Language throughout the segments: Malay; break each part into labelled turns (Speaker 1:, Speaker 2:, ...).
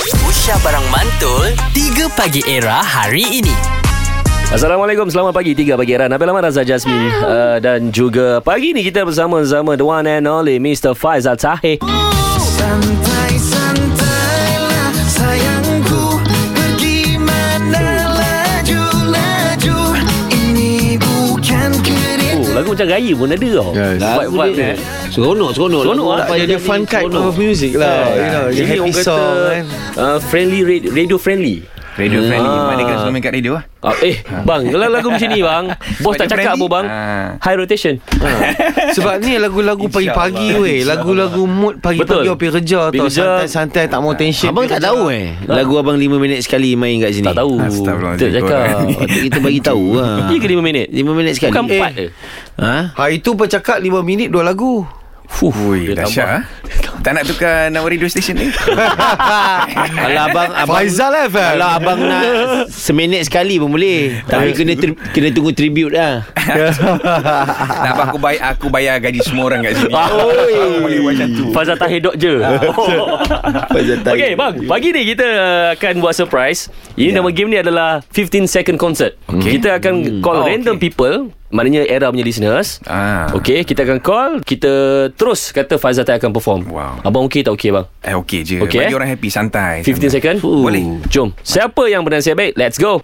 Speaker 1: Aisyah Barang Mantul 3 Pagi Era hari ini
Speaker 2: Assalamualaikum, selamat pagi Tiga pagi Era Nabil Ahmad Razak Jasmine uh, Dan juga pagi ni kita bersama-sama The one and only Mr. Faizal Tahir
Speaker 3: Santai-santailah sayangku Pergi mana laju-laju Ini bukan
Speaker 2: Oh,
Speaker 3: kereta
Speaker 2: lagu macam raya pun ada oh. tau
Speaker 4: Yes.
Speaker 2: Vibe-vibe ni
Speaker 5: Seronok, seronok.
Speaker 2: Seronok lah.
Speaker 5: Apa
Speaker 4: Dia, dia fun kind of music lah You know
Speaker 2: Ini
Speaker 4: Happy
Speaker 2: orang kata
Speaker 4: song kan
Speaker 2: uh, Friendly, ra- radio friendly
Speaker 6: Radio friendly
Speaker 2: Ah.
Speaker 6: Maknanya kena main kat radio lah
Speaker 2: Ah, eh, bang, kalau lagu macam ni bang Bos tak
Speaker 6: Radio
Speaker 2: cakap apa
Speaker 6: friendly.
Speaker 2: bang
Speaker 6: Ah.
Speaker 2: High rotation
Speaker 4: Sebab ni lagu-lagu pagi-pagi weh Lagu-lagu mood
Speaker 2: Betul.
Speaker 4: pagi-pagi Orang pergi kerja
Speaker 2: Pergi
Speaker 4: tau
Speaker 2: kerja.
Speaker 4: Santai-santai tak mau tension
Speaker 5: Abang tak tahu eh Lagu abang 5 minit sekali main kat sini
Speaker 2: Tak tahu
Speaker 6: Astagfirullahaladzim.
Speaker 2: Tak cakap
Speaker 5: Patut kita bagi tahu lah
Speaker 2: Tiga ke lima minit
Speaker 5: 5 minit sekali
Speaker 2: Bukan empat ke
Speaker 5: Ha?
Speaker 4: Hari tu pun cakap 5 minit 2 lagu
Speaker 2: Fuh,
Speaker 6: Ui,
Speaker 2: dia tambah.
Speaker 6: dahsyat ah. Tak nak tukar nama radio station ni
Speaker 5: Kalau Ah. abang, abang
Speaker 4: Faizal FM
Speaker 5: Kalau abang nak Seminit sekali pun boleh Tapi kena ter, kena tunggu tribute lah
Speaker 6: Nak apa aku bayar Aku bayar gaji semua orang kat sini
Speaker 2: Ah, Oi.
Speaker 6: Aku boleh buat macam tu
Speaker 2: Fazal Tahir dok je Oh. Okay bang Pagi ni kita akan buat surprise
Speaker 6: Ya.
Speaker 2: Ini nama game ni adalah 15 second concert okay. Kita akan call
Speaker 6: Oh,
Speaker 2: random
Speaker 6: okay.
Speaker 2: people Maknanya era punya listeners
Speaker 6: Ah.
Speaker 2: Okay kita akan call Kita terus kata Fazal Tahir akan perform
Speaker 6: Wow.
Speaker 2: Abang okey tak okey bang?
Speaker 6: Eh okey je
Speaker 2: Okey,
Speaker 6: Bagi
Speaker 2: eh?
Speaker 6: orang happy Santai
Speaker 2: 15 second
Speaker 6: Boleh.
Speaker 2: Jom Siapa yang bernasihat baik Let's go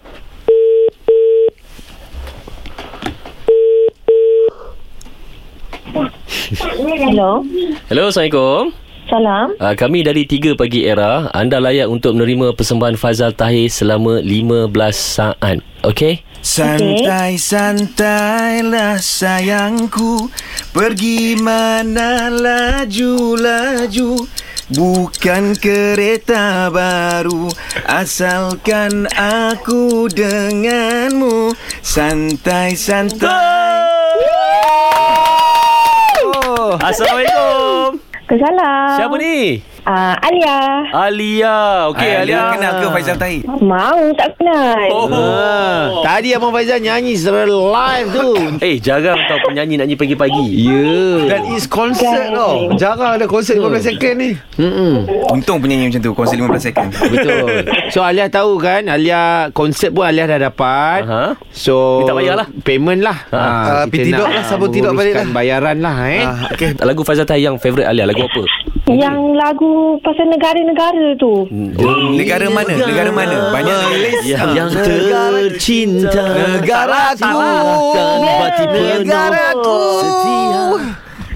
Speaker 7: Hello.
Speaker 2: Hello Assalamualaikum
Speaker 7: Salam.
Speaker 2: Uh, kami dari 3 pagi era Anda layak untuk menerima persembahan Fazal Tahir selama 15 saat Okay?
Speaker 3: Santai-santailah sayangku Pergi mana laju-laju Bukan kereta baru Asalkan aku denganmu Santai-santai
Speaker 2: Oh. Assalamualaikum
Speaker 7: Salam.
Speaker 2: Siapa ni?
Speaker 7: Uh, Alia.
Speaker 2: Alia Okey
Speaker 6: Okay,
Speaker 2: Alia
Speaker 6: Alia kenal ke Faizal Tahir?
Speaker 7: Mau tak kenal.
Speaker 2: Oh.
Speaker 5: ha. Tadi abang Faizal nyanyi Secara live tu
Speaker 2: Eh jarang tau penyanyi nak nyanyi pagi-pagi
Speaker 5: Ya yeah.
Speaker 4: Dan it's concert tau Jarang ada concert 15 second ni
Speaker 6: Untung penyanyi macam tu Konsert 15 second
Speaker 5: Betul So Alia tahu kan Alia Konsep pun Alia dah dapat
Speaker 2: Aha.
Speaker 5: So
Speaker 2: Minta bayar lah.
Speaker 5: Payment lah ha.
Speaker 4: Ah,
Speaker 5: kita
Speaker 4: pitidok
Speaker 5: nak
Speaker 4: lah, sabun tidok balik lah.
Speaker 5: menguruskan Bayaran lah eh
Speaker 4: Ah, Okay
Speaker 2: Lagu Faizal Tahir yang favourite Alia Lagu apa?
Speaker 7: Yang lagu pasal negara-negara tu.
Speaker 6: Negara mana? Negara mana? Banyak
Speaker 2: Yang, yang
Speaker 5: tercinta
Speaker 4: Negaraku Negaraku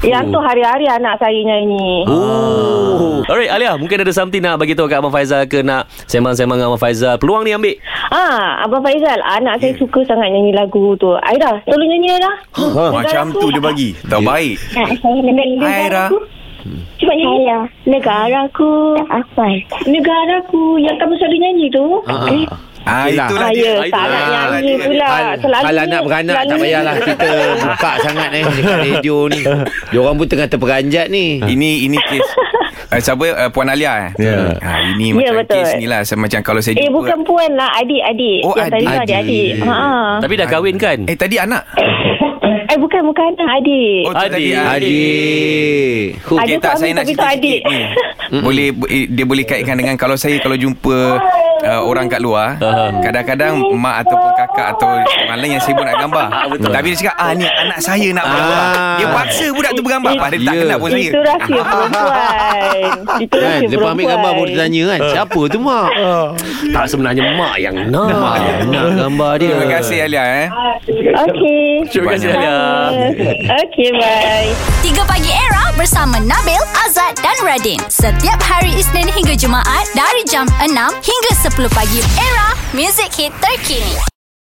Speaker 7: Yang tu hari-hari anak saya nyanyi.
Speaker 2: Ah. Oh. Alright Alia Mungkin ada something nak bagi tahu kat Abang Faizal Ke nak sembang-sembang dengan Abang Faizal Peluang ni ambil
Speaker 7: Ah, Abang Faizal, anak saya suka sangat nyanyi lagu tu. Aira, tolong nyanyi Aira. Ah,
Speaker 6: Macam tu dia bagi Terbaik Aira.
Speaker 7: Aira. Cuba nyanyi. Aira. Negaraku. Apa? Negaraku yang kamu selalu nyanyi tu. Eh,
Speaker 6: Ah,
Speaker 5: Yelah.
Speaker 6: itulah
Speaker 7: Ah,
Speaker 6: dia
Speaker 7: ya, tak nak
Speaker 6: Ah,
Speaker 7: nyanyi
Speaker 6: dia-
Speaker 7: pula.
Speaker 5: Hal,
Speaker 7: Selalu
Speaker 5: hal
Speaker 7: ni-
Speaker 5: anak beranak tak
Speaker 7: selalu ni-
Speaker 5: payahlah kita buka sangat eh dekat radio ni. Diorang pun tengah terperanjat ni.
Speaker 7: Ah.
Speaker 6: Ini ini kes uh, siapa uh, puan Alia eh.
Speaker 4: Ya.
Speaker 6: Ha ini
Speaker 7: Ya,
Speaker 6: macam
Speaker 7: betul.
Speaker 6: kes ni lah Saya- macam kalau saya
Speaker 7: Eh bukan puan lah Adik-adik
Speaker 6: Oh,
Speaker 7: Yang tadi
Speaker 6: adik.
Speaker 7: tu adik-adik ha.
Speaker 2: Tapi dah kahwin kan?
Speaker 6: Eh tadi anak. Oh,
Speaker 7: Eh bukan bukan anak adik
Speaker 6: tu tadi
Speaker 2: Adik.
Speaker 5: Adik. Huh.
Speaker 6: Okey
Speaker 7: Ada
Speaker 6: tak
Speaker 7: suami
Speaker 6: saya nak
Speaker 7: tapi
Speaker 6: cerita
Speaker 7: tak
Speaker 6: sikit
Speaker 7: adik.
Speaker 6: ni. boleh bo- eh, dia boleh kaitkan dengan kalau saya kalau jumpa uh, orang kat luar
Speaker 2: Faham.
Speaker 6: kadang-kadang mak ataupun kakak atau orang lain yang sibuk nak gambar. Tapi dia cakap ah ni anak saya nak bergambar.
Speaker 5: Ah.
Speaker 6: Dia paksa budak tu bergambar padahal tak
Speaker 5: Ya.
Speaker 6: kenal pun saya. Ah,
Speaker 7: Itu rahsia perempuan Itu
Speaker 5: Kan,
Speaker 7: rahsia
Speaker 5: lepas
Speaker 7: perempuan
Speaker 5: ambil gambar baru dia tanya kan Siapa tu mak
Speaker 2: Tak sebenarnya mak yang nak
Speaker 5: Mak nak gambar dia
Speaker 6: Terima kasih Alia eh.
Speaker 7: Okey
Speaker 2: Terima kasih Alia
Speaker 7: Okey bye
Speaker 8: 3 Pagi Era bersama Nabil, Azad dan Radin. Setiap hari Isnin hingga Jumaat dari jam 6 hingga 10 pagi. Era, music hit terkini.